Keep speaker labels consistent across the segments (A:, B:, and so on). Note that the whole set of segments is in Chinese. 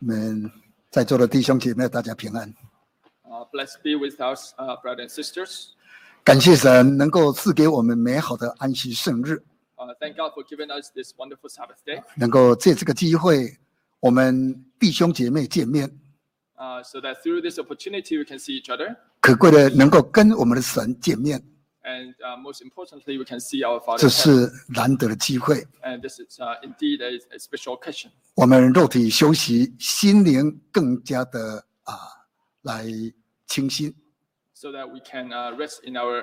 A: 我们在座的弟兄姐妹，大家平安！
B: Uh, blessed be with us, uh, brothers and sisters.
A: 感谢神能够赐给我们美好的安息圣日，
B: Uh, thank God for giving us this wonderful Sabbath day
A: 能够借这个机会，我们弟兄姐妹见面，
B: uh, so that through this opportunity we can see each other
A: 可贵的能够跟我们的神见面，
B: and uh, most importantly we can see our Father.
A: 这
B: in heaven.
A: 是难得的机会。
B: And this is uh, indeed a, a special occasion
A: 我们肉体休息，心灵更加的啊、来清新。
B: so that we can uh, rest in our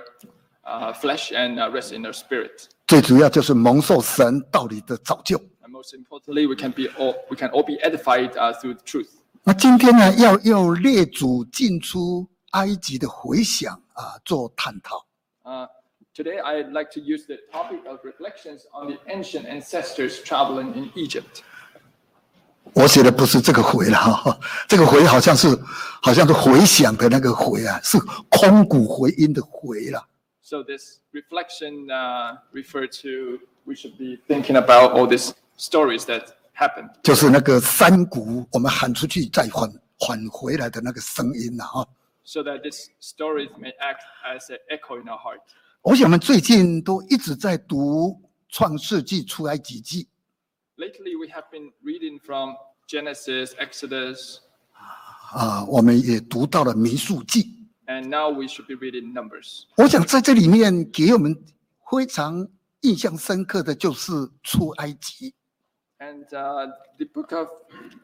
B: uh, flesh and uh, rest in our spirit.
A: 最主要就是蒙受神道理的造就。
B: And most importantly we can be all, we can all be edified uh, through the truth.
A: 那今天呢，要用列祖进出埃及的回想啊做探讨。
B: Uh, today I'd like to use the topic of reflections on the ancient ancestors traveling in Egypt.
A: 我写的不是这个回了 哈，这个回好像是好像是回响的那个回啊，是空谷回音的回了。
B: So this reflection uh, referred to we should be thinking about all these stories that happened.
A: 就是那个山谷，我们喊出去再返返回来的那个声音了哈。
B: So that these stories may act as an echo in our heart.
A: 我想我们最近都一直在读《创世纪》出来几记，
B: Lately, we have been reading from Genesis, Exodus,
A: 啊，我们也读到了《民数记》。
B: and now we should be reading Numbers.
A: 我想在这里面给我们非常印象深刻的就是出埃及。
B: And uh, the book of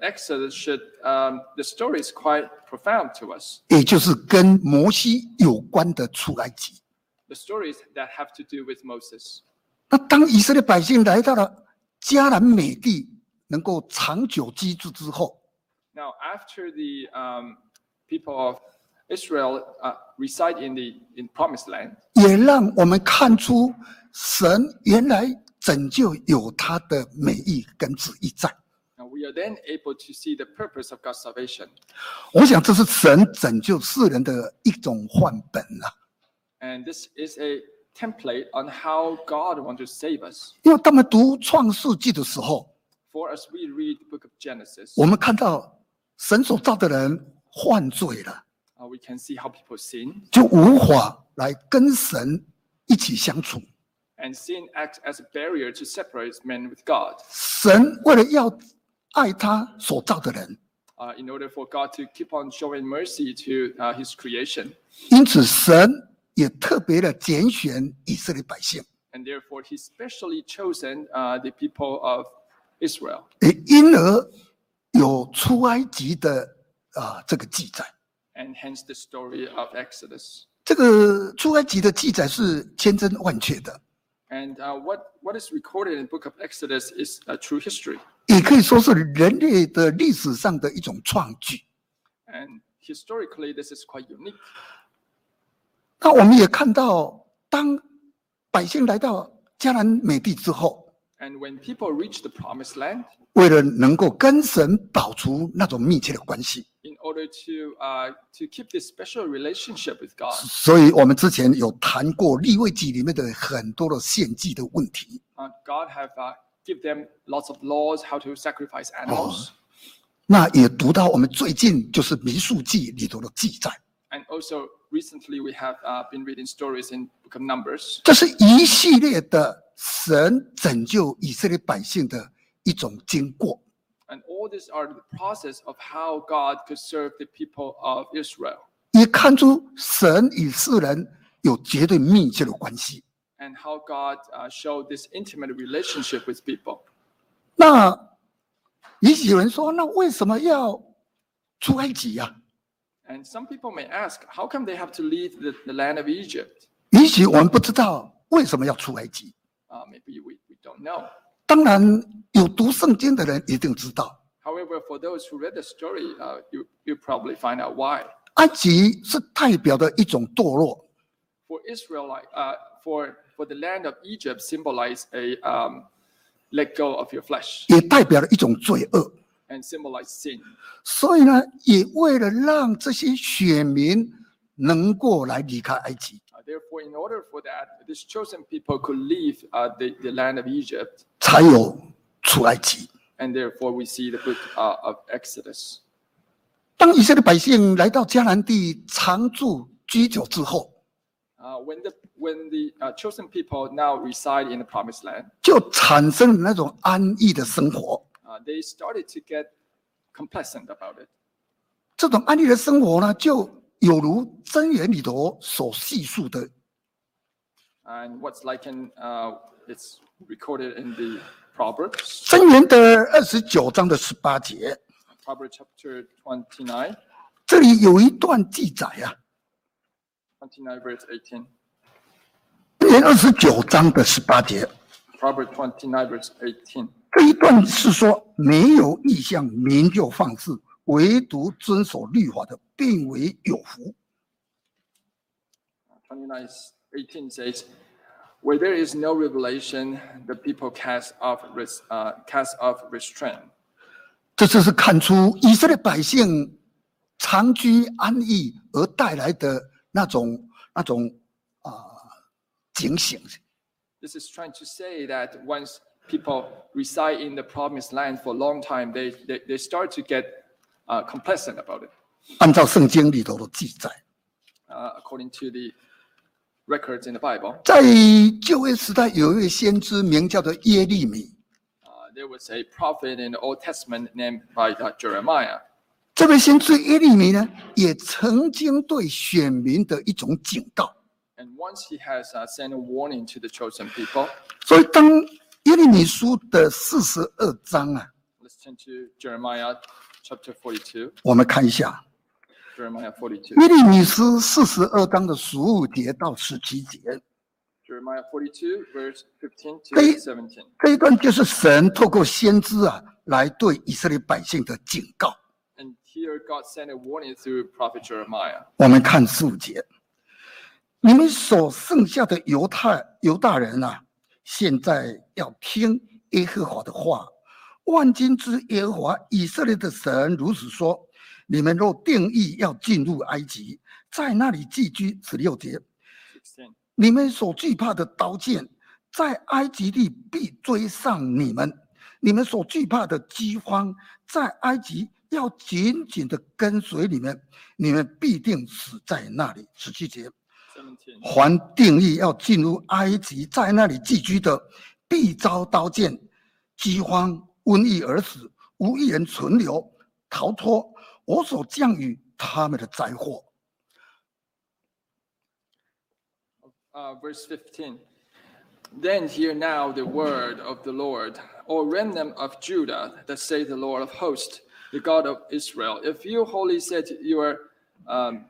B: Exodus should um, the story is quite profound to us.
A: 也就是跟摩西有关的出埃及。
B: The stories that have to do with Moses.
A: 那当以色列百姓来到了迦南美地，能够长久居住之后，
B: Now, after the um, people of Israel uh, reside in the in Promised Land,
A: 也让我们看出神原来拯救有他的美意跟旨意在。
B: and we are then able to see the purpose of God's salvation.
A: 我想这是神拯救世人的一种范本啊，
B: And this is a template on how God wants to save us.
A: 因为当我们读创世纪的时候，
B: For as we read the book of Genesis,
A: 我们看到神所造的人犯罪了，
B: uh, we can see how people sin,
A: 就无法来跟神一起相处。
B: and sin acts as a barrier to separate men with God.
A: 神为了要爱他所造的人，
B: Uh, in order for God to keep on showing mercy to uh, His creation,
A: 因此神也特别的拣选以色列百姓，
B: and therefore He specially chosen uh, the people of Israel.
A: 也因而有出埃及的啊、这个记载。
B: and hence the story of Exodus.
A: 这个出埃及的记载是千真万确的，
B: And uh, what, what is recorded in the book of Exodus is a true history
A: 也可以说是人类的历史上的一种创举。
B: and historically this is quite unique.
A: 那我们也看到，当百姓来到迦南美地之后，
B: And when people reach the promised land,
A: 为了能够跟神保持那种密切的关系，
B: in order to, uh, to keep this special relationship with God,
A: 所以我们之前有谈过立位记里面的很多的献祭的问题，
B: uh, God have uh, give them lots of laws how to sacrifice animals.
A: 那也读到我们最近就是民数记里头的记载，
B: And also recently we have uh, been reading stories in book of Numbers.
A: 这是一系列的神拯救以色列百姓的一种经过。
B: And all these are the process of how God could serve the people of Israel.
A: 也看出神与世人有绝对密切的关系。
B: and how God uh, showed this intimate relationship with people.
A: 那也许有人说，那为什么要出埃及呀、
B: And some people may ask, how come they have to leave the, the land of Egypt?
A: 也许我们不知道为什么要出埃及。
B: Uh, maybe we, we don't know.
A: 当然，有读圣经的人一定知道，
B: However, for those who read the story, uh, you, you probably find out why.
A: 埃及是代表的一种堕落，
B: For Israel, uh, for, for the land of Egypt symbolized a um, let go of your flesh
A: 也代表了一种罪恶。
B: and symbolized sin.
A: 所以呢，也为了让这些选民能够来离开埃及，
B: Uh, therefore, in order for that, this chosen people could leave uh, the, the land of Egypt
A: 才有出埃及。
B: and therefore we see the book uh, of Exodus.
A: 当以色列百姓来到迦南地常住居久之后，
B: Uh, when the when the uh, chosen people now reside in the promised land,
A: 就产生了那种安逸的生活。
B: uh, they started to get complacent about it.
A: 这种安逸的生活呢，就有如箴言里头所叙述的
B: And what's likened, uh, it's recorded in the Proverbs,
A: 箴言的二十九章的十八节，
B: Proverbs chapter 29,
A: 这里有一段记载啊，
B: 29 verse 18.
A: 箴言二十九章的十八节，
B: Proverbs 29 verse 18.
A: 这一段是说没有意向，民就放肆，唯独遵守律法的，并为有福。
B: 29 18 says, Where there is no revelation, the people cast off, res- uh, cast off restraint.
A: 这就是看出以色列百姓长居安逸而带来的那种那种啊、警醒。
B: This is trying to say that once people reside in the promised land for a long time, they, they, they start to get uh, complacent about it,
A: 按照圣经里头的记载，
B: uh, according to the records in the Bible.
A: 在旧约时代有一位先知名叫做耶利米，
B: Uh, there was a prophet in the Old Testament named by uh, Jeremiah.
A: 这位先知耶利米呢，也曾经对选民的一种警告。
B: And once he has uh, sent a warning to the chosen people,
A: 所以，当耶利米书的四十二章啊，
B: let's turn to Jeremiah chapter 42.
A: 我们看一下
B: Jeremiah 42.
A: 耶利米书四十二章的十五节到十七节
B: Jeremiah 42, verse 15
A: Please.
B: to 17.
A: 这一段，就是神透过先知啊，来对以色列百姓的警告。
B: And here God sent a warning through prophet Jeremiah.
A: 我们看十五节，你们所剩下的犹太犹大人啊，现在要听耶和华的话。万军之耶和华以色列的神如此说：你们若定义要进入埃及，在那里寄居，十六节，
B: 16.
A: 你们所惧怕的刀剑，在埃及地必追上你们；你们所惧怕的饥荒，在埃及要紧紧的跟随你们，你们必定死在那里。十七节，
B: 17.
A: 还定义要进入埃及，在那里寄居的，必遭刀剑、饥荒、瘟疫而死，无一人存留，逃脱我所降于他们的灾祸。
B: Uh, verse 15. Then hear now the word of the Lord, O remnant of Judah, that say the Lord of hosts, the God of Israel. If you wholly set your um,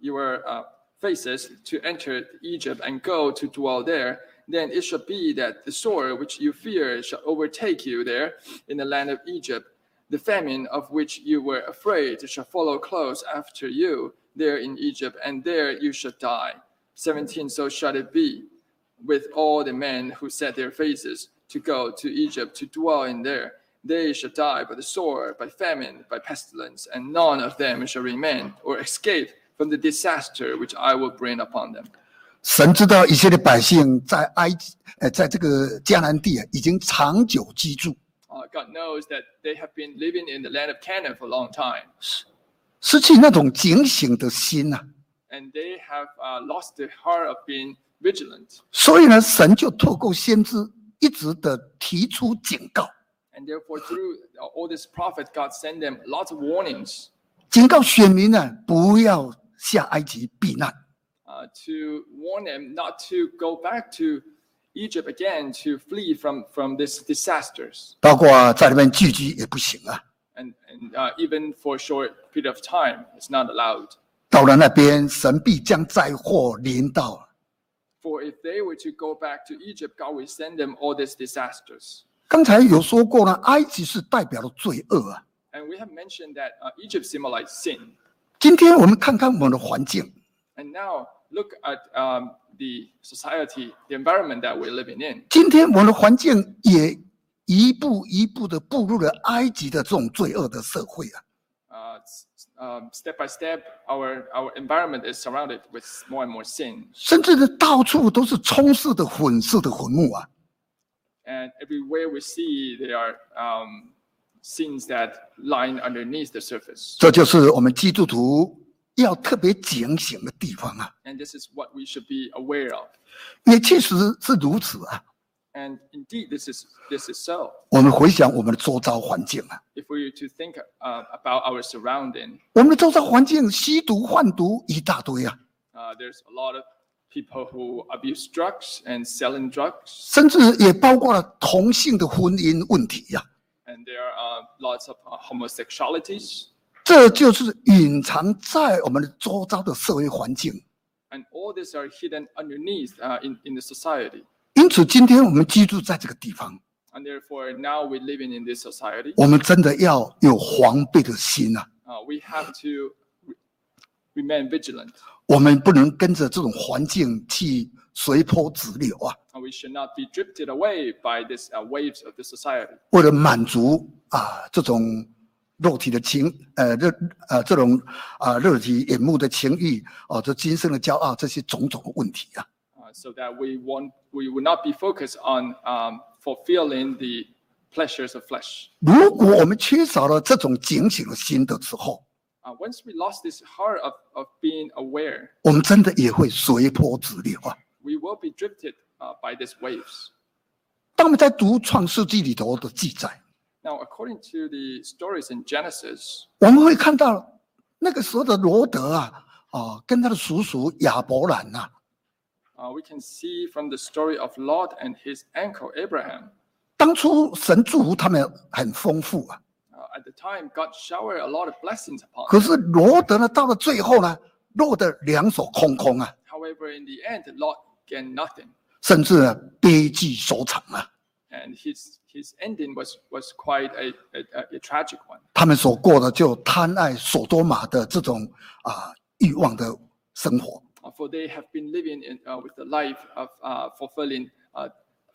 B: your uh, faces to enter Egypt and go to dwell there, then it shall be that the sword which you fear shall overtake you there in the land of Egypt. The famine of which you were afraid shall follow close after you there in Egypt, and there you shall die. 17 So shall it be with all the men who set their faces to go to Egypt to dwell in there. They shall die by the sword, by famine, by pestilence, and none of them shall remain or escape from the disaster which I will bring upon them.
A: 神知道以色列百姓在埃及，呃，在这个迦南地啊，已经长久居住。
B: Uh, God knows that they have been living in the land of Canaan for a long time,
A: 失去那种警醒的心啊呐、
B: and they have uh, lost the heart of being vigilant.
A: 所以呢，神就透过先知一直的提出警告，
B: And therefore, through all these prophets, God sent them lots of warnings
A: 警告选民呢、不要下埃及避难。
B: uh, to warn them not to go back to Egypt again to flee from from these disasters
A: 包括在那边聚居也不行啊，
B: and, and uh, even for a short period of time it's not allowed
A: 到了那边，神必将灾祸临到。啊
B: for if they were to go back to Egypt God will send them all these disasters
A: 刚才有说过呢，埃及是代表了罪恶啊。
B: and we have mentioned that uh, Egypt symbolized sin
A: 今天我们看看我们的环境，
B: and now look at um, the society the environment that we're living in
A: 今天我们的环境也一步一步的步入了埃及的这种罪恶的社会啊。
B: uh, s- s- um, step by step our our environment is surrounded with more and more sin
A: 甚至呢，到处都是充斥的混世的坟墓啊！
B: and everywhere we see there are um, sins that lying underneath the surface.
A: 这就是我们基督徒要特别警醒的地方啊。
B: And this is what we should be aware of.
A: 也确实是如此啊。
B: And indeed, this is this is so.
A: 我们回想我们的周遭环境啊，
B: If we were to think uh, about our surrounding,
A: 我们的周遭环境吸毒、贩毒一大堆啊，
B: uh, there's a lot of people who abuse drugs and selling drugs,
A: 甚至也包括了同性的婚姻问题啊呀、
B: and there are uh, lots of uh, homosexualities,
A: 这就是隐藏在我们的周遭的社会环境。
B: and all these are hidden underneath uh, in in the society.
A: 因此，今天我们居住在这个地方，
B: And therefore, now we're living in this society.
A: 我们真的要有防备的心啊！
B: Uh, we have to re- remain vigilant.
A: 我们不能跟着这种环境去随波逐流啊！
B: And Uh, we should not be drifted away by these uh, waves of the society
A: 为了满足啊这种肉体的情，呃热呃这种啊肉体眼目的情欲，哦、这今生的骄傲，这些种种的问题啊，
B: uh, so that we won't, we will not be focused on um, fulfilling the pleasures of flesh.
A: 如果我们缺少了这种警醒的心的时候，
B: Uh, once we lost this heart of, of being aware,
A: 我们真的也会随波逐流啊。
B: we will be drifted uh, by these waves.
A: 当我们在读创世纪里头的记载，
B: Now, according to the stories in Genesis,
A: 我们会看到那个时候的罗德啊，哦，跟他的叔叔亚伯兰啊呐、
B: uh, we can see from the story of Lot and his uncle Abraham.
A: 当初神祝福他们很丰富啊，
B: Uh, at the time, God showered a lot of blessings upon
A: 可
B: them.
A: 是罗德呢，到了最后呢，落得两手空空啊，
B: However, in the end, Lot gained nothing,
A: 甚至呢悲剧收场啊。
B: and his his ending was was quite a a, a- a tragic one.
A: 他们所过的就贪爱索多玛的这种啊、欲望的生活，
B: Uh, For they have been living in, uh, with the life of uh, fulfilling uh,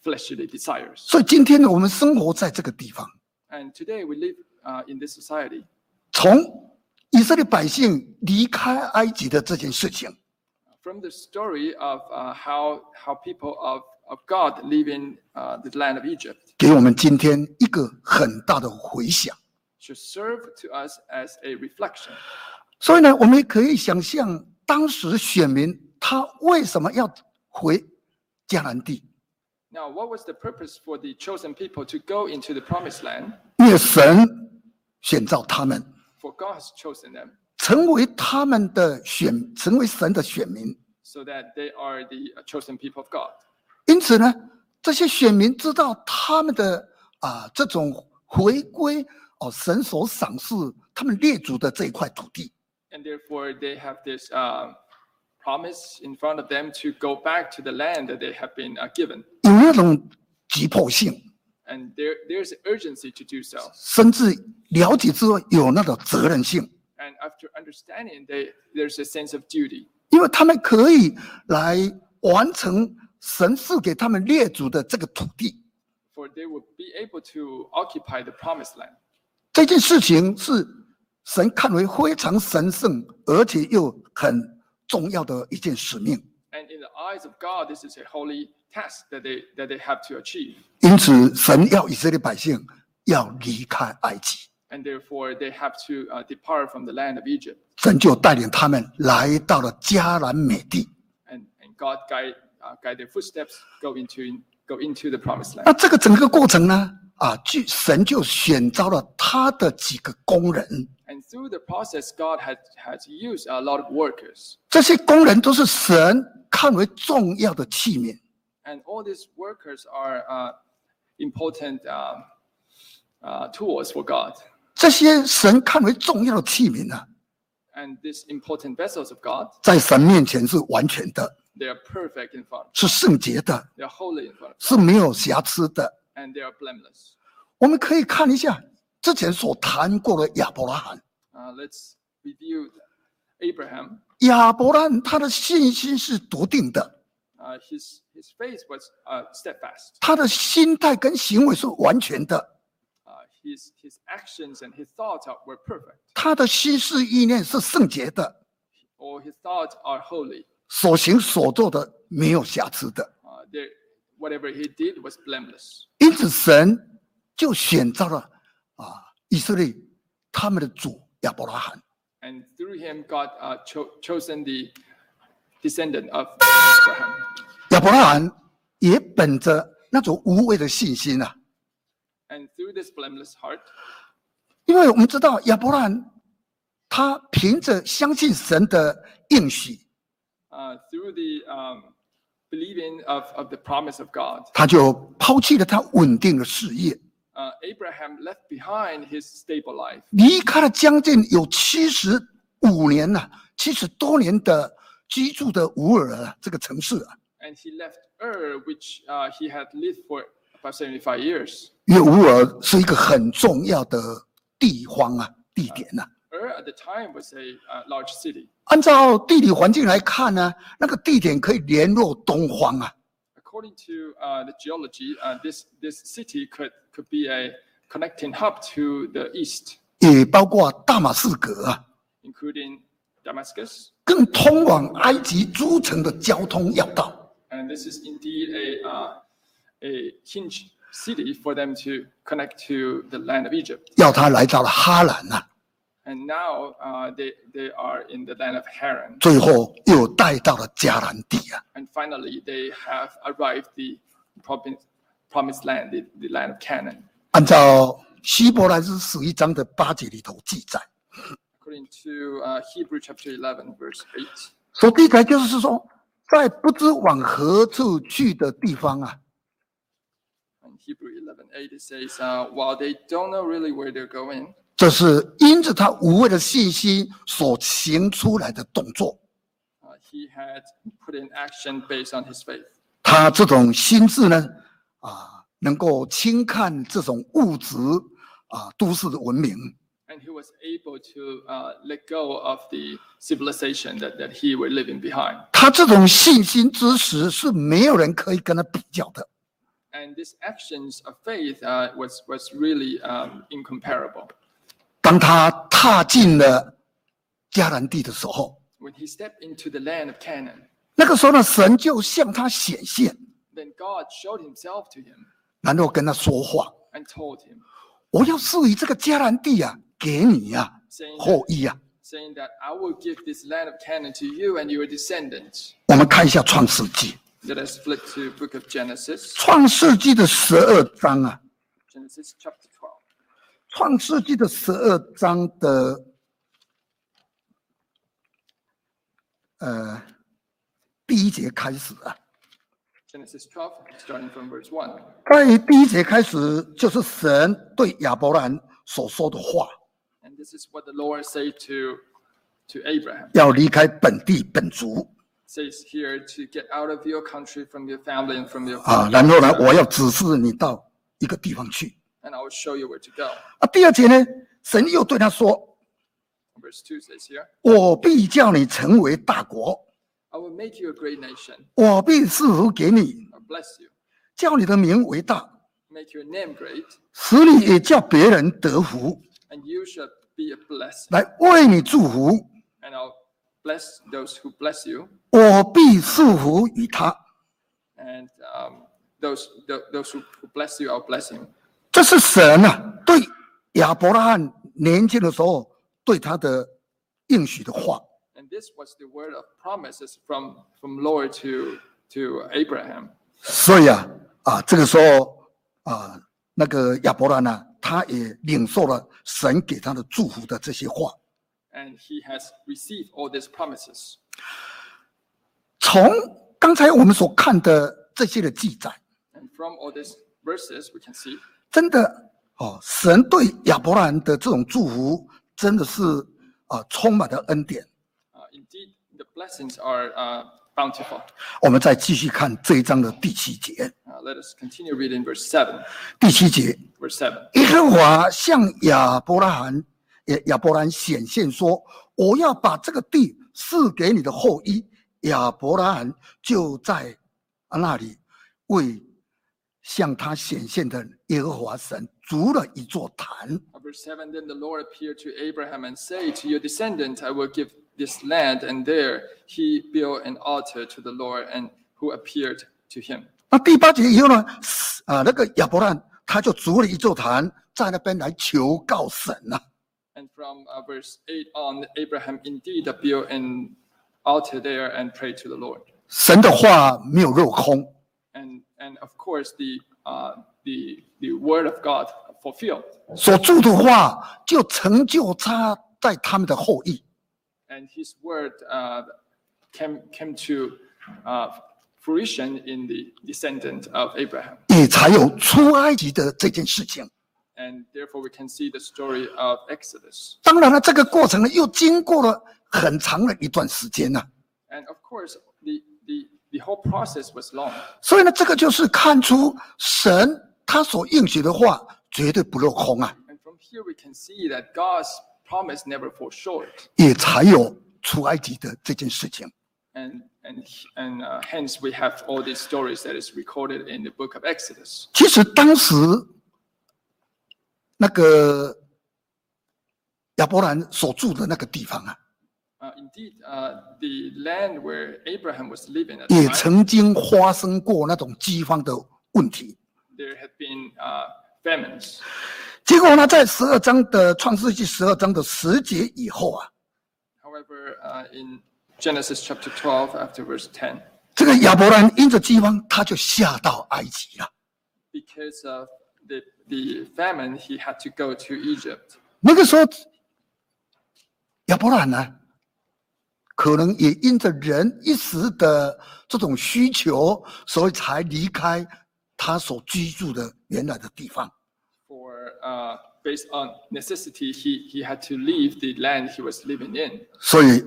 B: fleshly desires,
A: 所以今天呢，我们生活在这个地方，
B: and today we live uh, in this society.
A: 从以色列百姓离开埃及的这件事情，
B: From the story of uh, how how people of of God live in uh, the land of Egypt
A: 给我们今天一个很大的回响。
B: should serve to us as a reflection.
A: 所以呢，我们也可以想象当时选民他为什么要回迦南地，
B: Now, what was the purpose for the chosen people to go into the promised land?
A: 因为神选召他们
B: For God has chosen them
A: 成为他们的选，成为神的选民。
B: so that they are the uh, chosen people of God.
A: 因此呢，这些选民知道他们的啊、这种回归哦神所赏赐他们列祖的这一块土地，
B: And therefore, they have this um, promise in front of them to go back to the land that they have been uh, given.
A: 有那种急迫性，
B: And there, there's urgency to do so.
A: 甚至了解之后有那种责任性，
B: And after understanding, they, there's a sense of duty
A: 因为他们可以来完成神赐给他们列祖的这个土地。
B: for they will be able to occupy the promised land.
A: 这件事情是神看为非常神圣，而且又很重要的一件使命。
B: And in the eyes of God, this is a holy task that they, that they have to achieve.
A: 因此，神要以色列百姓要离开埃及，
B: And therefore, they have to uh, depart from the land of Egypt.
A: 神就带领他们来到了迦南美地。
B: and, and God guide uh, guide their footsteps go into go into the promised
A: 那
B: land.
A: 这个整个过程呢，啊，据神就选召了他的几个工人，
B: And through the process, God has has used a lot of workers,
A: 这些工人都是神看为重要的器皿。
B: and all these workers are uh, important um, uh, tools for God.
A: 这些神看为重要的器皿呢、啊
B: And these important vessels of God,
A: 在神面前是完全的，
B: they are perfect in front,
A: 是圣洁的，
B: they are holy in front,
A: 是没有瑕疵的。
B: and they are blameless.
A: 我们可以看一下之前所谈过的亚伯拉罕，
B: Uh, let's review Abraham.
A: 亚伯拉罕他的信心是笃定的，
B: Uh, his his faith was uh, steadfast.
A: 他的心态跟行为是完全的，
B: Uh, his his actions and his thoughts are, were perfect.
A: 他的心思意念是圣洁的，
B: or his thoughts are holy.
A: 所行所做的没有瑕疵的。
B: Uh, there, whatever he did was blameless.
A: 因此神就选择了啊以色列他们的主亚伯拉罕。
B: And through him, God uh, cho- chosen the descendant of Abraham.
A: 亚伯拉罕也本着那种无畏的信心啊，
B: And through this blameless heart,
A: 因为我们知道亚伯拉罕他凭着相信神的应许，
B: uh, through the um, believing of, of the promise of God,
A: 他就抛弃了他稳定的事业，
B: uh, Abraham left behind his stable life.
A: 离开了将近有七十五年呐、啊，七十多年的居住的乌尔啊这个城市啊，
B: And he left Ur, which uh, he had lived for about 75 years.
A: 因为乌尔是一个很重要的地方啊地点呐、
B: Ur at the time was a uh, large city.
A: 按照地理环境来看呢、那个地点可以联络东方啊，
B: According to uh, the geology, uh, this, this city could, could be a connecting hub to the east,
A: 也包括大马士革啊，
B: including Damascus.
A: 更通往埃及诸城的交通要道。
B: And this is indeed a, uh, a hinge city for them to connect to the land of Egypt.
A: 要他来到了哈兰啊呐、
B: And now uh, they, they are in the land of Haran.
A: 最后又带到了迦南地啊。
B: And finally, they have arrived the province, promised land, the, the land of Canaan.
A: 按照希伯来书十一章的八节里头记载，
B: According to uh, Hebrew chapter 11, verse 8,
A: 所记载就是说，在不知往何处去的地方啊，
B: in Hebrew 11, 8, it says, uh, while they don't know really where they're going,
A: 这是因着他无畏的信心所行出来的动作。
B: uh, he had put in action based on his faith.
A: 他这种心智呢，啊，能够轻看这种物质啊都市的文明，
B: and he was able to uh, let go of the civilization that, that he were living behind.
A: 他这种信心之时是没有人可以跟他比较的。
B: And these actions of faith uh, was, was really um, incomparable.
A: 当他踏进了迦南地的时候，
B: When he stepped into the land of Canaan,
A: 那个时候呢，神就向他显现，
B: then God showed himself to him
A: 然后跟他说话
B: and told him,：“
A: 我要赐予这个迦南地啊，给你啊，
B: saying
A: 后
B: that,
A: 裔啊。
B: saying that I will give this land of Canaan to you and your descendants. ”
A: 我们看一下创世纪《
B: Let us flip to book of Genesis,
A: 创世纪》的十二章啊，
B: Genesis chapter 12.
A: 《创世纪》的十二章的呃第一节开始啊，
B: Genesis 12, starting from verse 1.
A: 在第一节开始就是神对亚伯兰所说的话。
B: And this is what the Lord said to, to Abraham.
A: 要离开本地本族
B: says here to get out of your country, from your family, and from your
A: 啊，然后呢，我要指示你到一个地方去
B: and I will show you where to go.
A: 啊。第二节呢，神又对他说：“
B: Verse two says here,
A: 我必叫你成为大国，
B: I will make you a great nation.
A: 我必赐福给你，
B: I bless you,
A: 叫你的名为大，
B: make your name great,
A: 使你也叫别人得福，
B: and you shall be a blessing.
A: 来为你祝福。
B: And I'll bless those who bless you,
A: 我必赐福于他。
B: and um, those th- those who who bless you, I'll bless him." ”
A: 这是神啊，对亚伯拉罕年轻的时候对他的应许的话。
B: And this was the word of promises from from Lord to to Abraham.
A: 所以啊啊，这个时候啊，那个亚伯兰呢，他也领受了神给他的祝福的这些话。
B: And he has received all these promises.
A: 从刚才我们所看的这些的记载，
B: And from all these verses, we can see
A: 真的哦，神对亚伯兰的这种祝福真的是啊，充满了恩典。
B: Uh, indeed, the blessings are uh, bountiful.
A: 我们再继续看这一章的第七节。
B: Uh, let us continue reading verse 7.
A: 第七节，
B: Verse 7.
A: 耶和华向亚伯拉罕，也亚伯兰显现说：“我要把这个地赐给你的后裔。”亚伯拉罕就在那里为向他显现的耶和华神筑了一座坛。
B: Uh, Verse 7 Then the Lord appeared to Abraham and said, To your descendant I will give this land. And there he built an altar to the Lord and who appeared to him.
A: 那第八节以后呢，啊，那个亚伯兰他就筑了一座坛，在那边来求告神啊呐、
B: And from uh, verse 8 on, Abraham indeed built an altar there and prayed to the Lord.
A: 神的话没有落空，
B: And, and of course, the, uh, the, the word of God fulfilled.
A: 所住的话就成就他在他们的后裔。
B: And his word uh, came, came to uh, fruition in the descendant of Abraham.
A: 也才有出埃及的这件事情。
B: And therefore, we can see the story of Exodus.
A: 当然了，这个过程呢，又经过了很长的一段时间呢、
B: And of course, the, the, the whole process was long.
A: 所以呢，这个就是看出神他所应许的话绝对不落空啊，
B: And from here, we can see that God's promise never falls short.
A: 也才有出埃及的这件事情。
B: and and and uh, hence we have all these stories that is recorded in the book of Exodus.
A: 其实当时那个亚伯兰所住的那个地方啊，
B: Uh, indeed, uh, the land where Abraham was living at the
A: 也
B: time,
A: 曾经发生过那种饥荒的问题。
B: there had been uh, famines,
A: 结果呢，在十二章的创世纪十二章的十节以后啊，
B: however, uh, in Genesis chapter 12, after verse 10,
A: 这个亚伯兰因着饥荒，他就下到埃及了。
B: because of the the famine, he had to go to Egypt,
A: 那个时候，亚伯兰呢，可能也因着人一时的这种需求，所以才离开他所居住的原来的地方。
B: for uh, based on necessity, he he had to leave the land he was living in.
A: 所以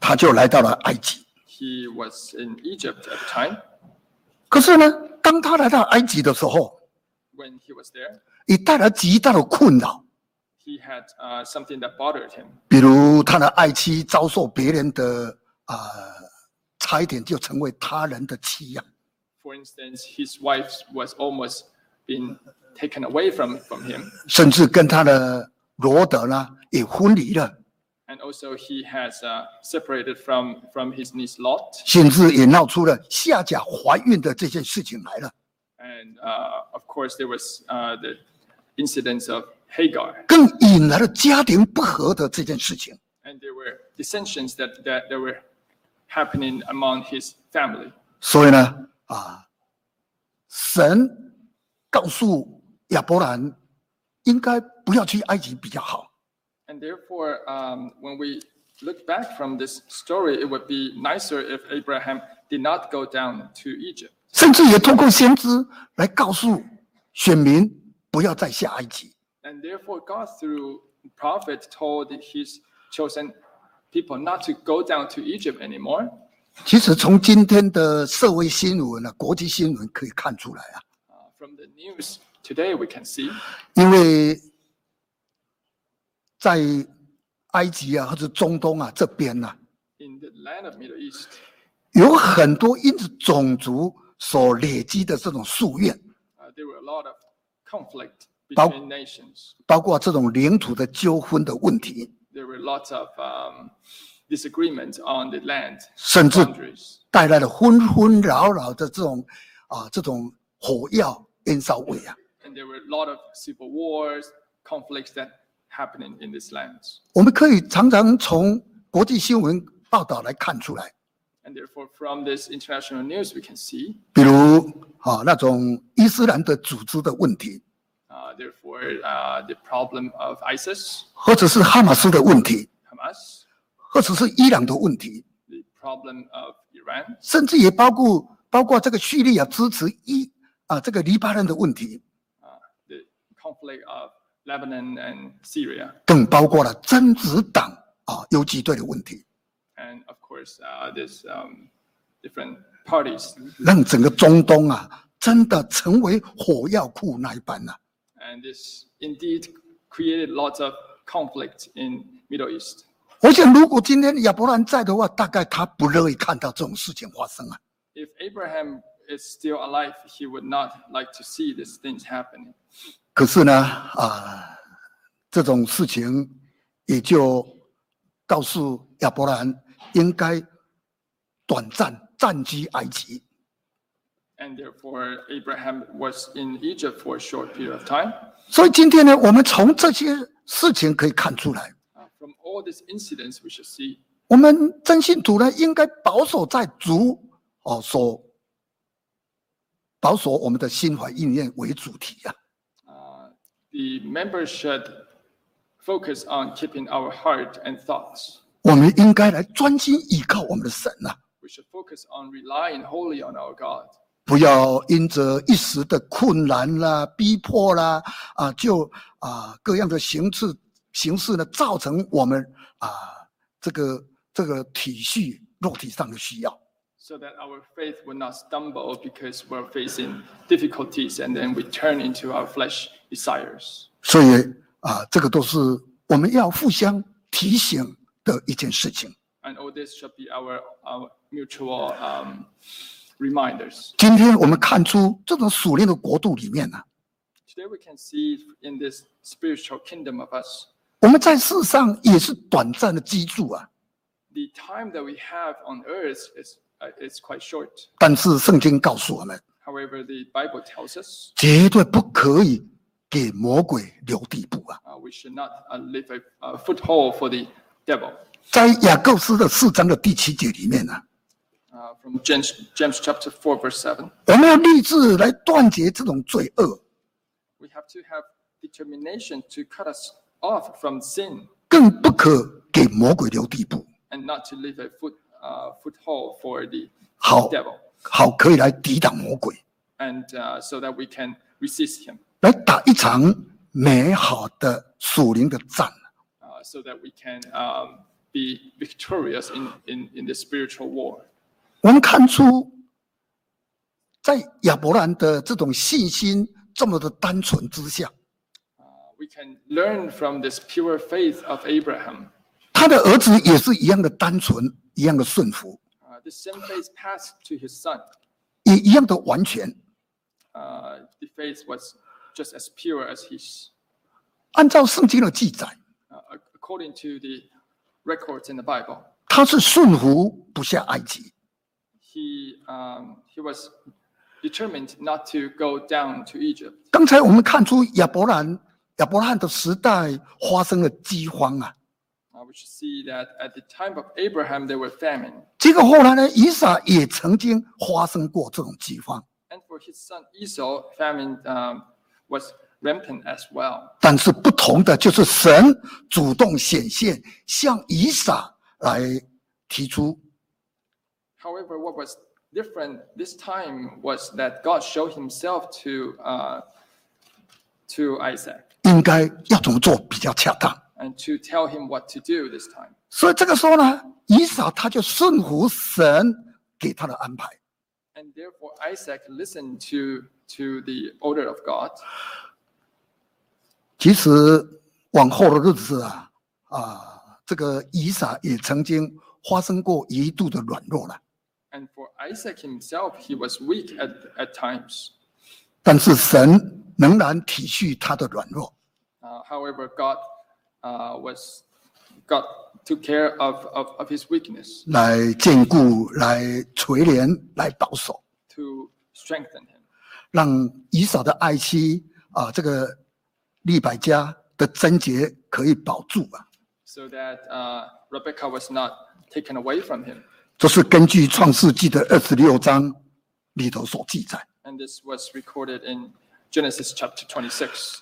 A: 他就来到了埃及。
B: He was in Egypt at the time.
A: 可是呢，当他来到埃及的时候，
B: When he was there,
A: 也带来极大的困扰，
B: he had uh, something that bothered him.
A: 比如他的爱妻遭受别人的啊、呃差一点就成为他人的妻呀、
B: For instance, his wife was almost being taken away from, from him.
A: 甚至跟他的罗德呢也婚离了，
B: And also, he has uh, separated from, from his niece Lot.
A: 甚至也闹出了夏甲怀孕的这件事情来了。
B: And uh, of course, there was uh, the incidents of Hagar.
A: 更引来了家庭不和的这件事情。
B: And there were dissensions that, that, that were happening among his family.
A: 所以呢，啊，神告诉亚伯兰，应该不要去埃及比较好。
B: And therefore, um, when we look back from this story, it would be nicer if Abraham did not go down to Egypt.
A: 甚至也通过先知来告诉选民不要再下埃及。
B: And therefore, God, through prophet, told his chosen people not to go down to Egypt anymore.
A: 其实从今天的社会新闻啊、国际新闻可以看出来啊，
B: Uh, from the news today, we can see
A: 因为在埃及啊或者中东啊这边呢、
B: in the land of Middle East,
A: 有很多因着种族所累积的这种夙愿，
B: uh, there were a lot of conflict
A: Bao-
B: between nations.
A: 包括这种领土的纠纷的问题，
B: There were lots of um, disagreements on the land
A: 甚至
B: boundaries,
A: 带来了纷纷扰扰的这种啊这种火药烟烧味啊。
B: and there were a lot of civil wars, conflicts that happening in these lands.
A: 我们可以常常从国际新闻报道来看出来，
B: And therefore, from this international news, we can see
A: 比如啊那种伊斯兰的组织的问题，
B: Uh, therefore, uh, the problem of ISIS,
A: 或者是哈马斯的问题，
B: Hamas,
A: 或者是伊朗的问题，
B: the problem of Iran,
A: 甚至也包括包括这个叙利亚支持伊啊这个黎巴嫩的问题，
B: uh, the conflict of Lebanon and Syria,
A: 更包括了真主党啊游击队的问题，
B: and of course, uh, this um, different parties,
A: 让整个中东啊真的成为火药库那一般呢、啊
B: and this indeed created lots of conflict in Middle East.
A: 我想，如果今天亚伯兰在的话，大概他不乐意看到这种事情发生啊。
B: If Abraham is still alive, he would not like to see these things happening.
A: 可是呢，啊、这种事情也就告诉亚伯兰应该短暂暂居埃及，
B: And therefore, Abraham was in Egypt for a short period of time.
A: 所以今天呢，我们从这些事情可以看出来，
B: Uh, from all these incidents, we should see
A: 我们真信徒呢，应该保守在主哦所保守我们的心怀意念为主题啊呀、
B: uh, the members should focus on keeping our heart and thoughts.
A: 我们应该来专心倚靠我们的神啊呐、
B: We should focus on relying wholly on our God.
A: 不要因着一时的困难啦、逼迫啦啊，就啊各样的形式形式呢，造成我们啊这个这个体系肉体上的需要。
B: so that our faith will not stumble because we're facing difficulties and then we turn into our flesh desires.
A: 所以啊，这个都是我们要互相提醒的一件事情。
B: And all this should be our, our mutual um, reminders.
A: 今天我们看出这种属灵的国度里面呢、
B: Today we can see in this spiritual kingdom of us,
A: 我们在世上也是短暂的居住啊，
B: the time that we have on earth is, uh, is quite short.
A: 但是圣经告诉我们，
B: However, the Bible tells us
A: 绝对不可以给魔鬼留地步啊。
B: uh, we should not uh, leave a, a foothold for the devil.
A: 在雅各斯的四章的第七节里面呢、
B: Uh, from James, James chapter 4, verse 7.
A: 我们要立志来断绝这种罪恶，
B: We have to have determination to cut us off from sin
A: 更不可给魔鬼留地步，
B: and not to leave a foot, uh, foothold for the
A: 好
B: devil,
A: 好可以来抵挡魔鬼，
B: and uh, so that we can resist him,
A: 来打一场美好的属灵的战。
B: uh, so that we can um, be victorious in, in, in the spiritual war.
A: 我们看出，在亚伯兰的这种信心这么的单纯之下，
B: Uh, we can learn from this pure faith of Abraham.
A: 他的儿子也是一样的单纯，一样的顺服，
B: Uh, the same faith passed to his son.
A: 也一样的完全。
B: Uh, the faith was just as pure as his.
A: 按照圣经的记载，
B: Uh, ac- according to the records in the Bible,
A: 他是顺服不下埃及，
B: he um, he was determined not to go down to Egypt.
A: 刚才我们看出亚伯兰亚伯拉罕的时代发生了饥荒啊，
B: Uh, we should see that at the time of Abraham there were famine,
A: 结果后来呢，以撒也曾经发生过这种饥荒，
B: and for his son Esau, famine um, was rampant as well.
A: 但是不同的就是神主动显现，向以撒来提出，
B: However, what was different this time was that God showed Himself to uh, to Isaac
A: 应该要怎么做比较恰当。
B: and to tell him what to do this time.
A: 所以这个时候呢，以撒他就顺服神给他的安排，
B: And therefore, Isaac listened to to the order of God.
A: 其实往后的日子啊，啊，这个以撒也曾经发生过一度的软弱了，
B: And for Isaac himself, he was weak at, at times.
A: 但是神仍然体恤他的软弱，
B: Uh, however, God uh, was God took care of, of, of his weakness
A: 来兼顾、来垂怜、来保守，
B: to strengthen him,
A: 让以撒的爱妻啊，这个利百加的贞洁可以保住啊。
B: so that uh, Rebecca was not taken away from him.
A: 这是根据创世纪的二十六章里头所记载。
B: And this was recorded in Genesis chapter 26.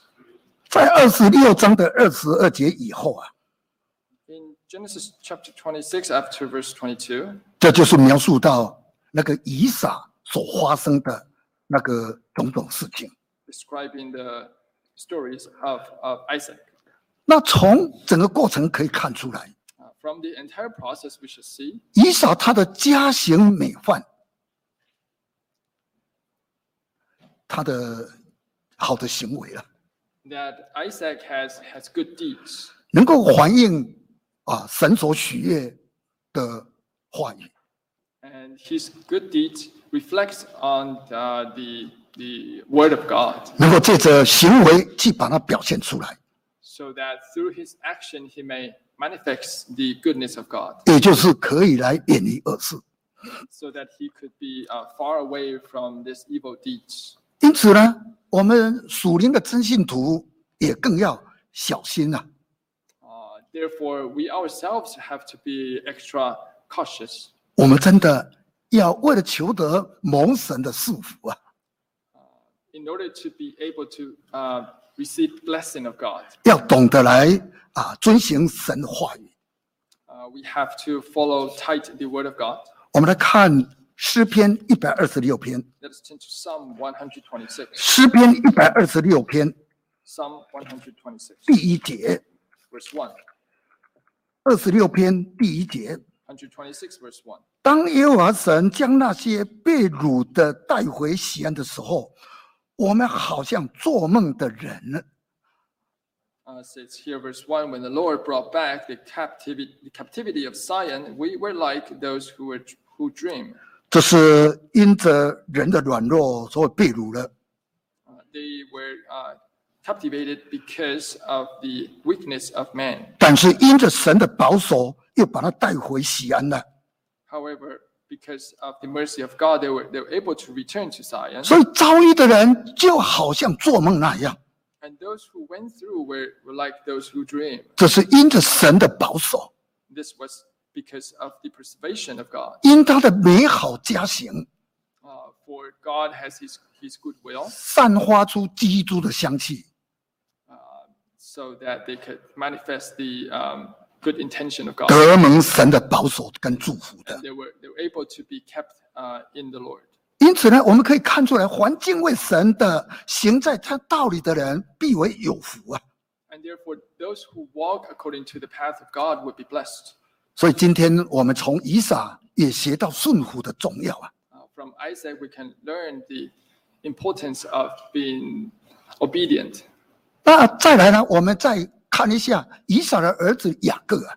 A: 在二十六章的二十二节以后啊，
B: In Genesis chapter 26, after verse 22,
A: 这就是描述到那个以撒所发生的那个种种事情。
B: describing the stories of, of Isaac.
A: 那从整个过程可以看出来，
B: Uh, from the entire process, we should see
A: 以撒他的家行美饭，他的好的行为啊，
B: that Isaac has, has good deeds.
A: 能够反映啊神所喜悦的话语。
B: And his good deeds reflects on uh, the, the word of God,
A: 能够借着行为去把它表现出来，
B: so that through his action he may manifest the goodness of God,
A: 也就是可以来远离恶事。
B: so that he could be uh, far away from these evil deeds.
A: 因此呢，我们属灵的真信徒也更要小心啊了、
B: Uh, therefore, we ourselves have to be extra cautious.
A: 我们真的要为了求得蒙神的祝福啊，
B: in order to be able to uh, receive blessing of God,
A: 要懂得来啊遵行神的话语。
B: uh, we have to follow tight the word of God.
A: 我们来看诗篇一百二十六篇，
B: Let us turn to Psalm 126.
A: 诗篇一百二十六篇
B: Psalm 126,
A: 第一节，
B: verse 1.
A: 二十六篇第一节，
B: 126, verse 1.
A: 当耶和华神将那些被掳的带回西安的时候，我们好像做梦的人。
B: Uh, says here, verse 1 When the Lord brought back the captivity, the captivity of Zion, we were like those who, were, who dream.
A: 这是因着人的软弱，所以被掳了。
B: Uh, they were uh, captivated because of the weakness of man.
A: 但是因着神的保守，又把他带回西安了。
B: However, because of the mercy of God, they were, they were able to return to Zion.
A: 所以遭遇的人就好像做梦那样，
B: And those who went through were, were like those who dream.
A: 这是因着神的保守，
B: This was because of the preservation of God.
A: 因他的美好加行，
B: Uh, for God has his, his good will
A: 散发出基督的香气。
B: so that they could manifest the um, good intention of God.
A: 得蒙神的保守跟祝福的。
B: They were, they were able to be kept uh, in the Lord.
A: 因此呢，我们可以看出来，环境为神的行在他道理的人，必为有福啊。
B: And therefore, those who walk according to the path of God would be blessed.
A: 所以今天我们从以撒也学到顺服的重要啊。
B: Uh, from Isaac, we can learn the importance of being obedient.
A: 那再来呢，我们再看一下以撒的儿子雅各啊，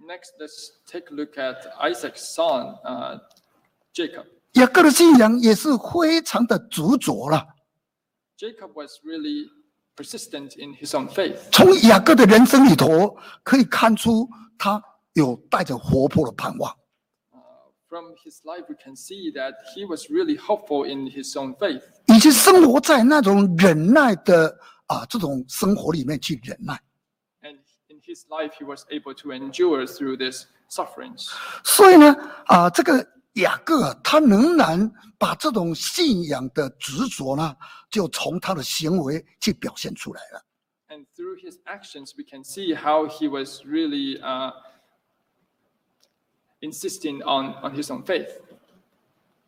B: Next, let's take a look at Isaac's son, uh, Jacob.
A: 雅各的信仰也是非常的执着了。
B: Jacob was really persistent in his own faith.
A: 从雅各的人生里头可以看出，他有带着活泼的盼望。
B: From his life, we can see that he was really hopeful in his own faith
A: 以及生活在那种忍耐的啊这种生活里面去忍耐。
B: and in his life he was able to endure through these sufferings.
A: 所以呢，啊，这个雅各啊他仍然把这种信仰的执着呢，就从他的行为去表现出来了。
B: And through his actions, we can see how he was really uh, insisting on, on his own faith.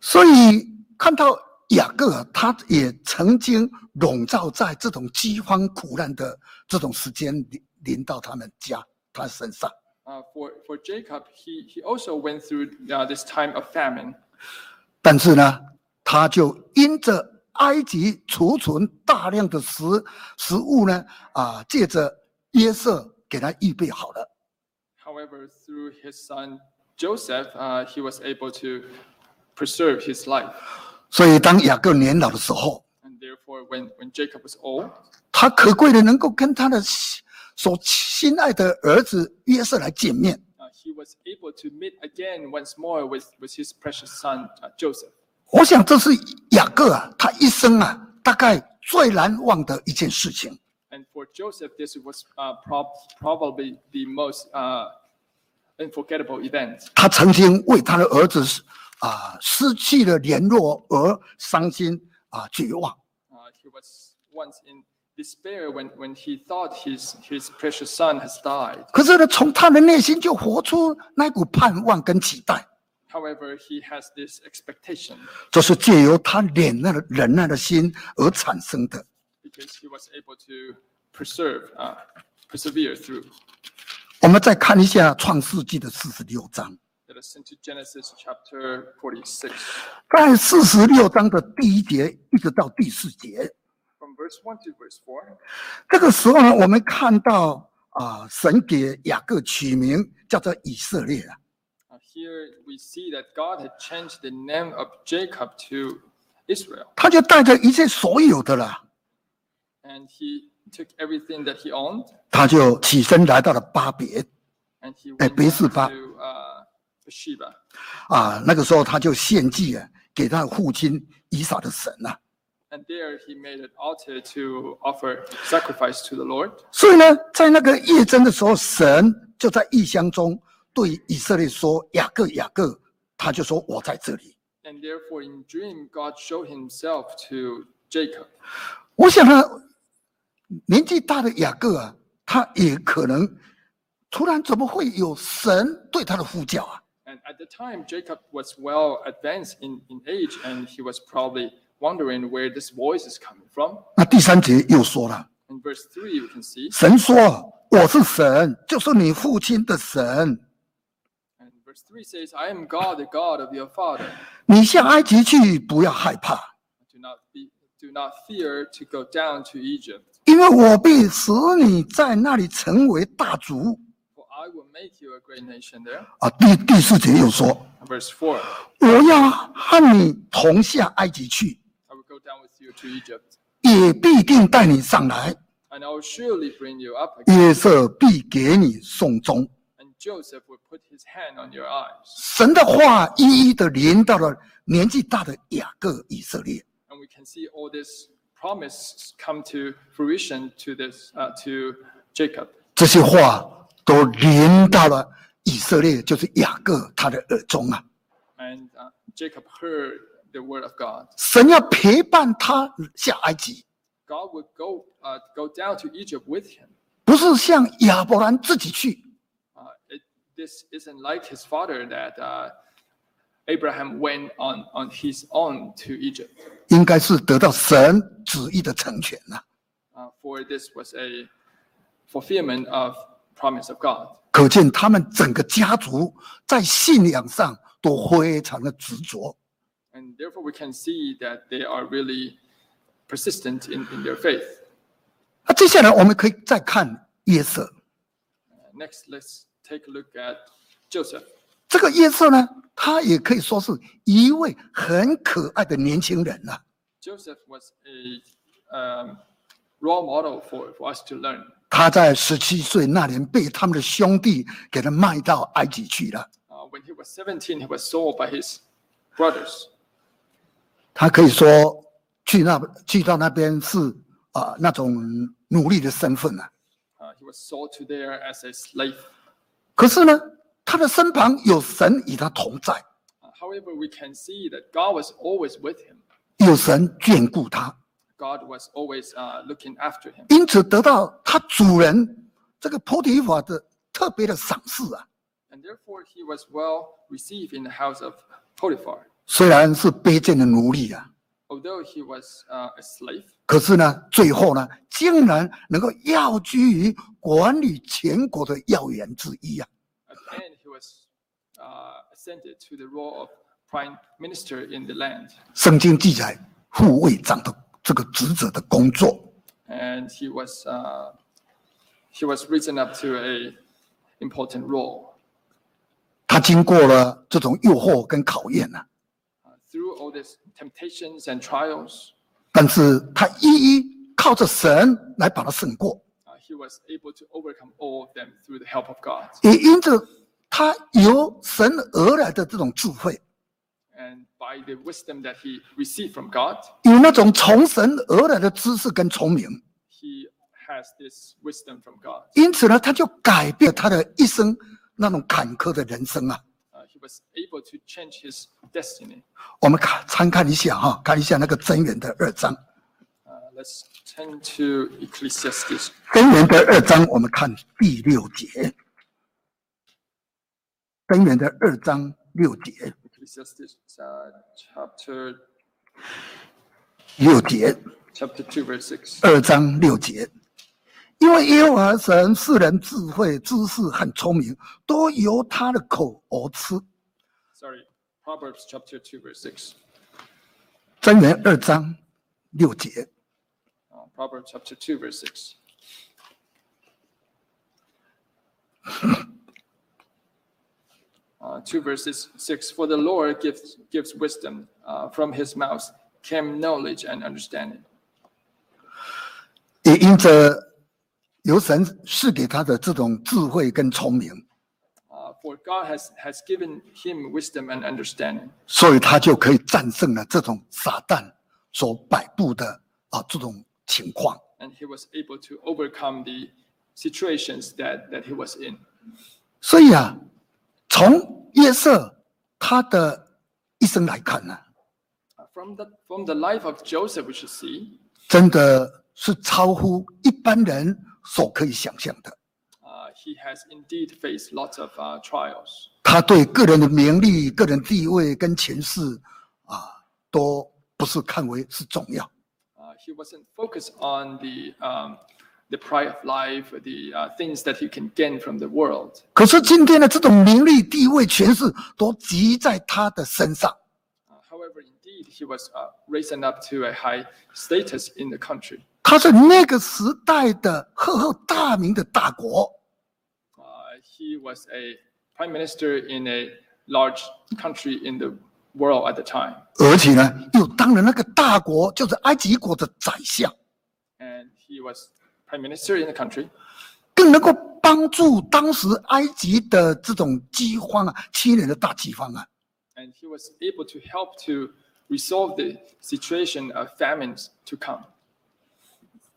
A: 所以看到雅各啊，他也曾经笼罩在这种饥荒苦难的这种时间临临到他们家他身上。
B: Uh, for, for Jacob, he, he also went through uh, this time of famine.
A: 但是呢，他就因着埃及储存大量的食食物呢，啊，借着约瑟给他预备好了。
B: However, through his son Joseph, uh, he was able to preserve his life.
A: 所以当雅各年老的时候，
B: And therefore, when, when Jacob was old,
A: 他可贵的能够跟他的心所亲爱的儿子约瑟来见面。
B: uh, he was able to meet again once more with, with his precious son uh, Joseph.
A: 我想这是雅各啊，他一生啊，大概最难忘的一件事情。
B: And for Joseph, this was uh, prob- probably the most uh, unforgettable event.
A: 他曾经为他的儿子啊失去了联络而伤心啊绝望。
B: Uh, he was once in despair when, when he thought his, his precious son has died.
A: 可是呢，从他的内心就活出那股盼望跟期待，
B: However, he has this expectation
A: 这是借由他忍耐的忍耐的心而产生的。
B: because he was able to preserve, uh, persevere through.
A: 我们再看一下《创世纪》的四十六章，
B: Let us into Genesis chapter 46,
A: 在四十六章的第一节一直到第四节，
B: from verse 1 to verse 4.
A: 这个时候呢，我们看到啊、神给雅各取名叫做以色列啊，
B: Uh, here we see that God had changed the name of Jacob to Israel,
A: 他就带着一切所有的了，
B: and he took everything that he owned
A: 他就起身来到了巴别，
B: and he
A: Eh,
B: went
A: Beersheba.
B: down to uh, of Sheba.
A: 啊，那个时候他就献祭啊，给他父亲以撒的神啊呐、
B: And there he made an altar to offer sacrifice to the Lord.
A: 所以呢，在那个夜征的时候，神就在异乡中对以色列说：“雅各，雅各。”他就说：“我在这里。
B: And therefore, in dream, God showed himself to Jacob. ”
A: 我想啊，年纪大的雅各啊，他也可能突然怎么会有神对他的呼叫啊？
B: And at the time, Jacob was well advanced in, in age, and he was probably wondering where this voice is coming from.
A: 那第三节又说了。
B: In verse 3, you can see,
A: 神说：“我是神，就是你父亲的神。
B: and verse 3 says, I am God, the God of your father.
A: 你下埃及去，不要害怕，
B: Do not, be, do not fear to go down to Egypt,
A: 因为我必使你在那里成为大族。
B: for I will make you a great nation there. ”
A: 啊，第第四节又说
B: And verse 4, I：“
A: 我要和你同下埃及去，
B: will go down with you to Egypt,
A: 也必定带你上来，
B: and I will surely bring you up again,
A: 约瑟必给你送终。
B: and Joseph will put his hand on your eyes. ”
A: 神的话一一的临到了年纪大的雅各以色列。
B: and we can see all this promise come to fruition to this uh, to Jacob.
A: 这些话都临到了以色列，就是雅各他的耳中啊。
B: And uh, Jacob heard the word of God.
A: 神要陪伴他下埃及，
B: God would go uh, go down to Egypt with him.
A: 不是像亚伯兰自己去。
B: Uh, it, this isn't like his father that uh, Abraham went on on his own to Egypt.
A: 应该是得到神旨意的成全啊呐、
B: Uh, for this was a fulfillment of promise of God.
A: 可见他们整个家族在信仰上都非常的执着。
B: And therefore, we can see that they are really persistent in, in their faith.
A: 那接下来我们可以再看约瑟，
B: Next, let's take a look at Joseph.
A: 这个约瑟呢，他也可以说是一位很可爱的年轻人啊呐、
B: Joseph was a um, role model for, for us to learn.
A: 他在十七岁那年被他们的兄弟给他卖到埃及去了。
B: Uh, when he was 17, he was sold by his brothers.
A: 他可以说去那去到那边是啊、呃那种奴隶的身份啊。
B: Uh, he was sold to there as a slave.
A: 可是呢，他的身旁有神与他同在，
B: Uh, however, we can see that God was always with him.
A: 有神眷顾他，
B: God was always uh, looking after him.
A: 因此得到他主人这个菩提法的特别的赏识啊。
B: And therefore, he was well received in the house of Potiphar.
A: 虽然是卑贱的奴隶啊，
B: Although he was uh, a slave,
A: 可是呢，最后呢，竟然能够要居于管理全国的要员之一啊。
B: at the end, he was uh, ascended to the role of prime minister in the land.
A: 圣经记载护卫长的这个职责的工作。
B: and he was uh, he was risen up to a important role.
A: 他经过了这种诱惑跟考验啊呢、
B: Uh, through all these temptations and trials,
A: 但是他一一靠着神来把它胜过，
B: uh, he was able to overcome all of them through the help of God.
A: 也因着他由神而来的这种智慧，
B: And by the wisdom that he received from God,
A: 有那种从神而来的知识跟聪明，
B: he has this wisdom from God.
A: 因此呢，他就改变他的一生那种坎坷的人生啊。
B: Uh, he was able to change his destiny.
A: 我们看参看一下哈，看一下那个箴言的二章，
B: Uh, let's turn to Ecclesiastes
A: 箴言的二章，我们看第六节，箴言的二章六节，
B: Ecclesiastes uh, chapter
A: 六节。
B: chapter two verse six.
A: 二章六节，因为耶和华神世人智慧、知识和聪明，都由他的口而出。
B: Sorry, Proverbs chapter two verse six.
A: 箴言二章六节，
B: Uh, Proverbs chapter 2, verse 6. 2 Uh, verses 6 For the Lord gives, gives wisdom, uh, from his mouth came knowledge and understanding.
A: 也因着由神赐给他的这种智慧跟聪明，
B: Uh, for God has, has given him wisdom and understanding.
A: 所以他就可以战胜了这种撒旦所摆布的啊这种情况。
B: And he was able to overcome the situations that, that he was in.
A: 所以啊，从约瑟他的一生来看呢、
B: Uh, From the, from the life of Joseph, we should see
A: 真的是超乎一般人所可以想象的。
B: uh, he has indeed faced lots of uh, trials.
A: 他对个人的名利、个人地位跟权势啊，都不是看为是重要。
B: Uh, he wasn't focused on the, um, the pride of life, the uh, things that he can gain from the world.
A: 可是今天的这种名利、地位、权势都集在他的身上，
B: Uh, however, indeed, he was uh, raised up to a high status in the country.
A: 他是那个时代的赫赫大名的大国，
B: Uh, he was a prime minister in a large country in the world at the time.
A: 而且呢，又当了那个大国就是埃及国的宰相，
B: And he was prime minister in the country.
A: 更能够帮助当时埃及的这种饥荒啊，七年的大饥荒啊。
B: And he was able to help to resolve the situation of famines to come.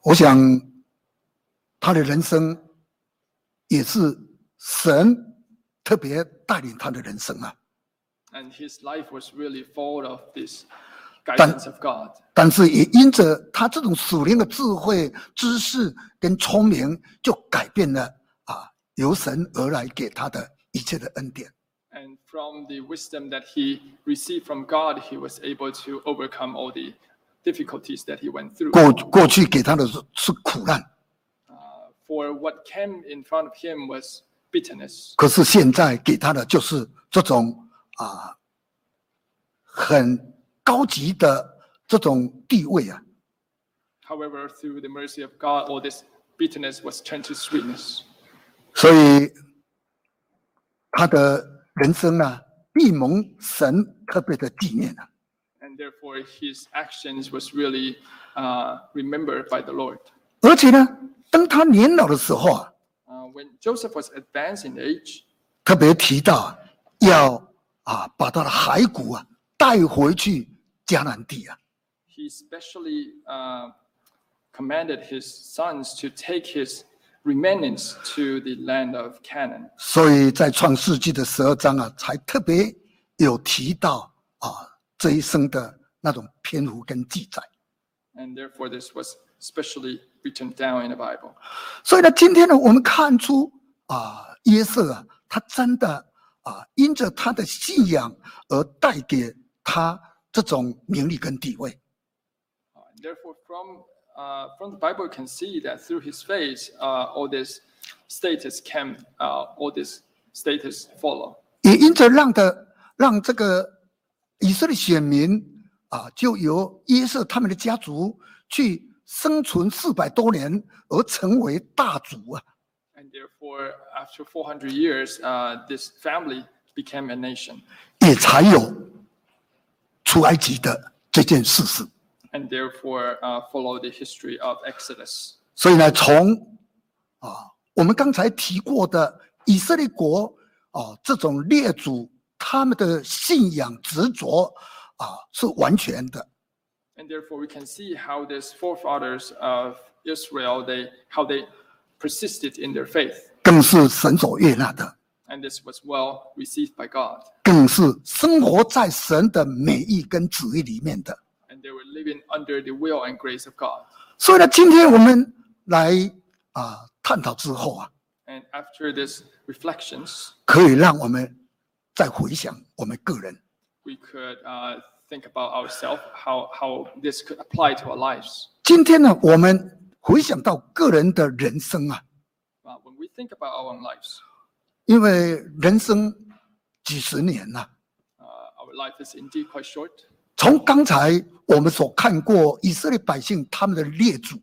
A: 我想，他的人生也是神特别带领他的人生啊。
B: And his life was really full of this guidance of God.
A: 但是也因着他这种属灵的智慧、知识跟聪明，就改变了啊，由神而来给他的一切的恩典。
B: And from the wisdom that he received from God, he was able to overcome all the difficulties that he went through.
A: 过过去给他的是是苦难，
B: For what came in front of him was bitterness.
A: 可是现在给他的就是这种啊，很高级的这种地位啊。
B: However, through the mercy of God, all this bitterness was turned to sweetness.
A: 所以他的人生啊，必蒙神特别的纪念啊。
B: And therefore, his actions was really uh, remembered by the Lord.
A: 而且呢，当他年老的时候啊，
B: Uh, when Joseph was advanced in age,
A: 特别提到啊要啊把他的骸骨啊带回去迦南地啊。
B: he specially uh, commanded his sons to take his remnants to the land of Canaan.
A: 所以啊在创世纪的十二章啊，才特别有提到啊这一生的那种篇幅跟记载。
B: and therefore this was specially written down in the Bible.
A: 所以呢，今天呢，我们看出啊，约瑟啊，他真的啊，因着他的信仰而带给他这种名利跟地位。
B: Uh, and therefore, from uh, from the Bible, you can see that through his faith, uh, all this status came, uh, all this status follow,
A: 也因着让的让这个以色列选民啊，就由约瑟他们的家族去生存四百多年，而成为大族啊。
B: and therefore, after 400 years, uh, this family became a nation,
A: 也才有出埃及的这件事实。
B: and therefore uh, follow the history of Exodus.
A: 所以呢，从啊我们刚才提过的以色列国啊这种列祖他们的信仰执着啊是完全的，
B: And therefore, we can see how these forefathers of Israel, they how they persisted in their faith,
A: 更是神所悦纳的，
B: and this was well received by God.
A: 更是生活在神的美意跟旨意里面的。
B: and they were living under the will and grace of God.
A: 所以呢，今天我们来啊探讨之后啊，
B: And after these reflections,
A: 可以让我们再回想我们个人。
B: we could uh, think about ourselves, how, how this could apply to our lives.
A: 今天呢，我们回想到个人的人生啊，
B: Uh, when we think about our own lives,
A: 因为人生几十年呐、
B: uh, our life is indeed quite short.
A: 从刚才我们所看过以色列百姓他们的列祖，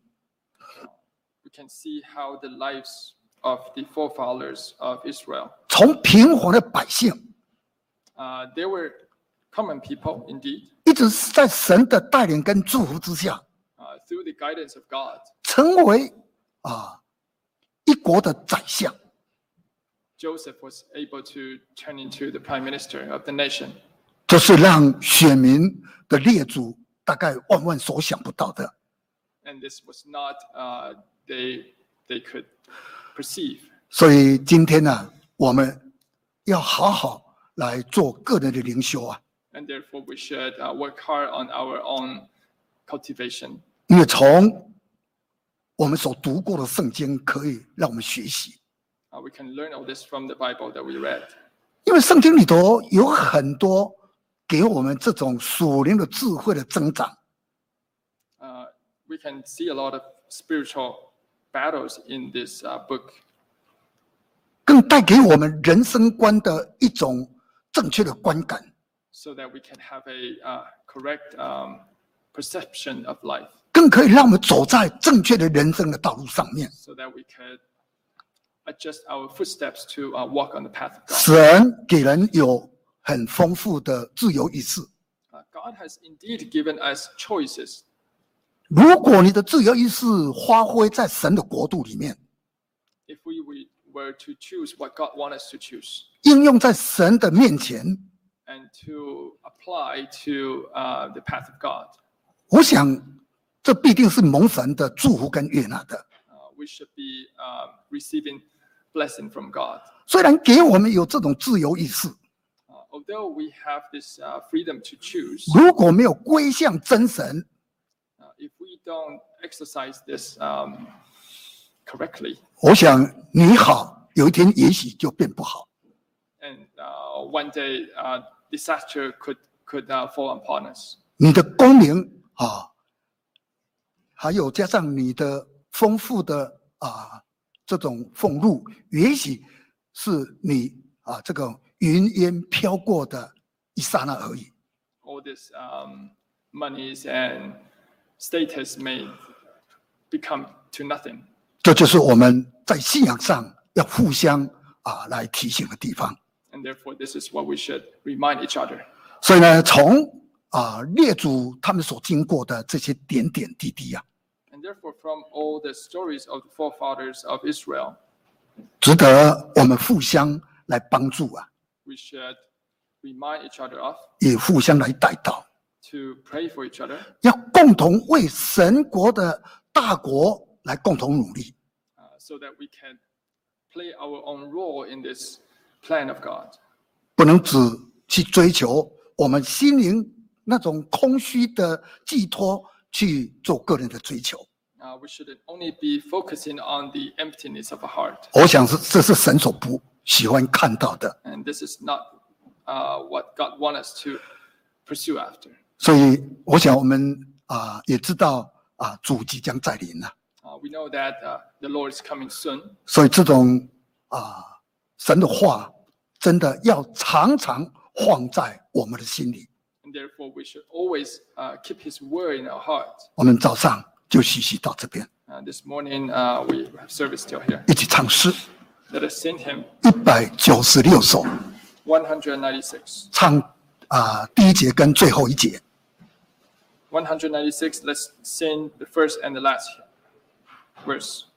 B: We can see how the lives of the forefathers of Israel,
A: 从平凡的百姓，
B: uh, they were common people indeed,
A: 一直是在神的带领跟祝福之下，
B: uh, through the guidance of God,
A: 成为啊一国的宰相，
B: Joseph was able to turn into the prime minister of the nation.
A: 这是让选民的列祖大概万万所想不到的。
B: And this was not uh, they they could perceive.
A: 所以今天呢、我们要好好来做个人的灵修啊，
B: And therefore, we should uh, work hard on our own cultivation.
A: 因为从我们所读过的圣经可以让我们学习，
B: Uh, we can learn all this from the Bible that we read.
A: 因为圣经里头有很多给我们这种属灵的智慧的增长。
B: Uh, we can see a lot of spiritual battles in this uh, book,
A: 更带给我们人生观的一种正确的观感。
B: so that we can have a uh, correct um, perception of life,
A: 更可以让我们走在正确的人生的道路上面。
B: so that we could adjust our footsteps to uh, walk on the path of God.
A: 神给人有很丰富的自由意志。
B: Uh, God has indeed given us choices.
A: 如果你的自由意识发挥在神的国度里面，
B: If we, we were to choose what God wants us to choose
A: 应用在神的面前，
B: and to apply to uh, the path of God,
A: 我想这必定是蒙神的祝福跟悦纳的。
B: uh, we should be um, receiving blessing from God.
A: 虽然给我们有这种自由意识，
B: Uh, although we have this uh, freedom to choose,
A: 如果没有归向真神，
B: uh, if we don't exercise this um, correctly,
A: 我想你好有一天也许就变不好。
B: and uh, one day uh, disaster could could uh, fall upon us.
A: 你的功名啊，还有加上你的丰富的啊这种俸禄，也许是你啊这个云烟飘过的一刹那而已。
B: All this um, monies and status may become to nothing.
A: 这就是我们在信仰上要互相啊来提醒的地方。
B: And therefore, this is what we should remind each other.
A: 所以呢，从啊列祖他们所经过的这些点点滴滴啊，
B: And therefore, from all the stories of the forefathers of Israel,
A: 值得我们互相来帮助啊，
B: we should remind each other of
A: 也互相来带到。
B: to pray for each other
A: 要共同为神国的大国来共同努力。
B: uh, so that we can play our own role in this plan of God.
A: 不能只去追求我们心灵那种空虚的寄托去做个人的追求。
B: Uh, we shouldn't only be focusing on the emptiness of a heart,
A: 我想是这是神所不喜欢看到的，
B: and this is not uh, what God wants us to pursue after.
A: 所以我想我们啊、也知道啊、主即将再临了、啊
B: Uh, we know that uh, the Lord is coming soon,
A: 所以这种啊、神的话真的要常常放在我们的心里。
B: and therefore we should always uh, keep His word in our heart.
A: 我们早上就学习到这边，
B: Uh, this morning uh, we have service still here.
A: 一起唱诗。
B: Let us sing Him
A: 一百九十六首，
B: 196.
A: 唱啊、第一节跟最后一节。
B: 196, let's sing the first and the last verse.